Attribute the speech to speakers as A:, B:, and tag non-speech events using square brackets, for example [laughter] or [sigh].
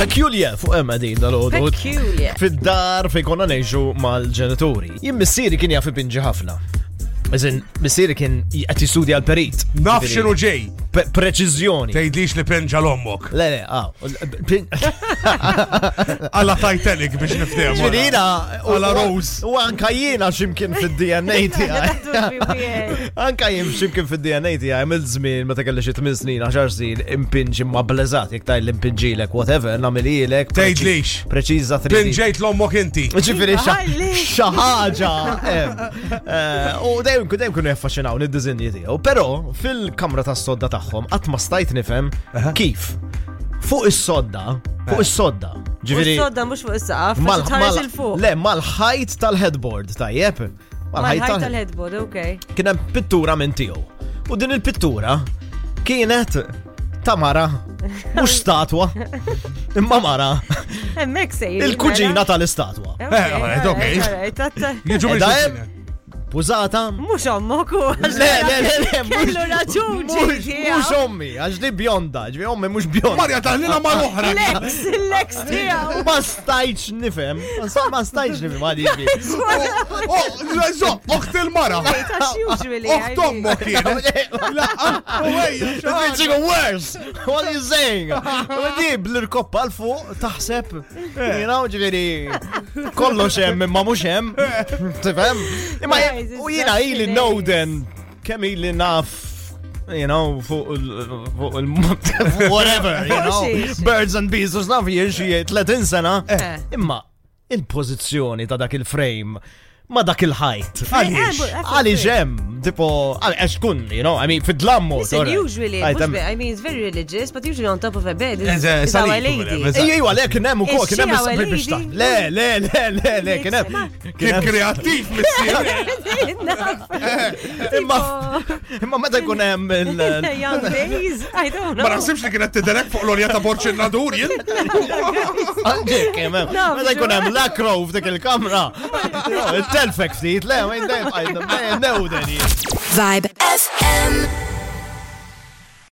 A: Peculia fuq hemm qegħdin dal-għodu. [laughs]
B: Peculiar.
A: Fid-dar fejn konna ngħixu mal-ġenituri. Jien missieri kien jaf ipinġi ħafna. Eżin, missieri kien qed jistudja l-perit.
C: Naf xinu ġej,
A: Pe- Preċiżjoni.
C: tgħidlix li penġa l-ommok.
A: Le, le, ah. pin-
C: Alla Titanic biex niftehmu.
A: Ġvirina,
C: Alla Rose.
A: U anka jiena ximkien fid-DNA tiegħi. [laughs] Anka jim ximkien fil-DNA ti għaj, mil-zmin, ma takalli xie 8 snin, 10 snin, impinġi ma blezat, jek tajl impinġilek, whatever, namililek.
C: Tgħidlix.
A: Preċiza
C: Pinġejt l-ommok inti.
A: Ġifiri
B: Ħalli.
A: xaħġa. eh, U dejjem kun dejjem kienu jaffaxinaw nid-dizinji tiegħu. Però fil-kamra tas-sodda tagħhom qatt ma stajt nifhem kif. Fuq is-sodda, fuq is-sodda. Ġifieri
B: Sodda mux fuq is-saqaf,
A: mal- mal-
B: tħarġ il-fuq.
A: Le, mal-ħajt tal-headboard, tajjeb.
B: Mal-ħajt
A: tal-
B: tal-headboard, okej.
A: kien hemm pittura minn tiegħu. U din il-pittura kienet ta' mara,
B: [laughs]
A: mhux statwa, imma mara,
B: Hemmhekk sejri.
A: [laughs] il-kuġina tal-istatwa.
C: Eh, alright, okay.
B: uh,
C: Jiġu
A: Edha
C: minn
A: hemm pużata.
B: Mux ommok u
A: [laughs] Le, le, le, le,
B: Kellu raġun
A: mhux-
B: ġifieri.
A: mhux ommi, għax li bjonda, ġvi ommi mhux bjonda.
C: Marja taħlina mal-oħra.
B: Lex, il-lex
A: [laughs]
B: tiegħu.
A: Ma stajċ nifhem, ma sta- ma stajċ nifhem
B: [laughs]
A: [laughs] għadi. oh,
C: Oh, Oħt il-mara.
B: Tax Oh, usually. I
C: Oħt
B: mean.
C: ommok kienet.
A: It's even worse. [laughs] What are you
B: [laughs]
A: saying? Di bl-irkoppa l-fuq taħseb.
B: Eh.
A: Jina ġveri kollox hemm imma mhux
B: [laughs]
A: hemm. Tifhem? Imma
B: Guys, it's
A: u jina
B: just
A: ili
B: hilarious.
A: nowden kemm ili naf you know, fuq il- fuq il- [laughs] whatever, you know,
B: Xiex.
A: birds and bees, u snaf jien xie 30 sena.
B: Eh.
A: Imma il-pozizjoni ta' dak il-frame ma dak il-ħajt.
B: Għaliex?
A: Għaliex hemm, tipo, għaliex kun, you know, I mean, fid-dlammu.
B: Listen, usually, mhux be- I mean, it's very religious, but usually on top of a bed is
A: uh,
C: Eh, eh,
B: is our
C: salit,
B: lady. [laughs]
C: eh,
A: Ejju, għalek kienem u kol,
B: Ix-xi
A: kienem
B: għawel
A: biex ta'
B: lady?
A: Le, le, le, le, le, kienem.
C: Kien kreattiv missier.
A: Imma, imma meta kunem il-
B: Young days, I don't know.
C: Ma naħsibx li kienet tiderek fuq l-olja ta' Borċinadur jien.
A: Għandek, imma,
B: No,
A: meta kunem
B: sure.
A: l-akro f'dik il-kamra. Telfek ftit, le, ma jindem, I know that.
D: Vibe FM.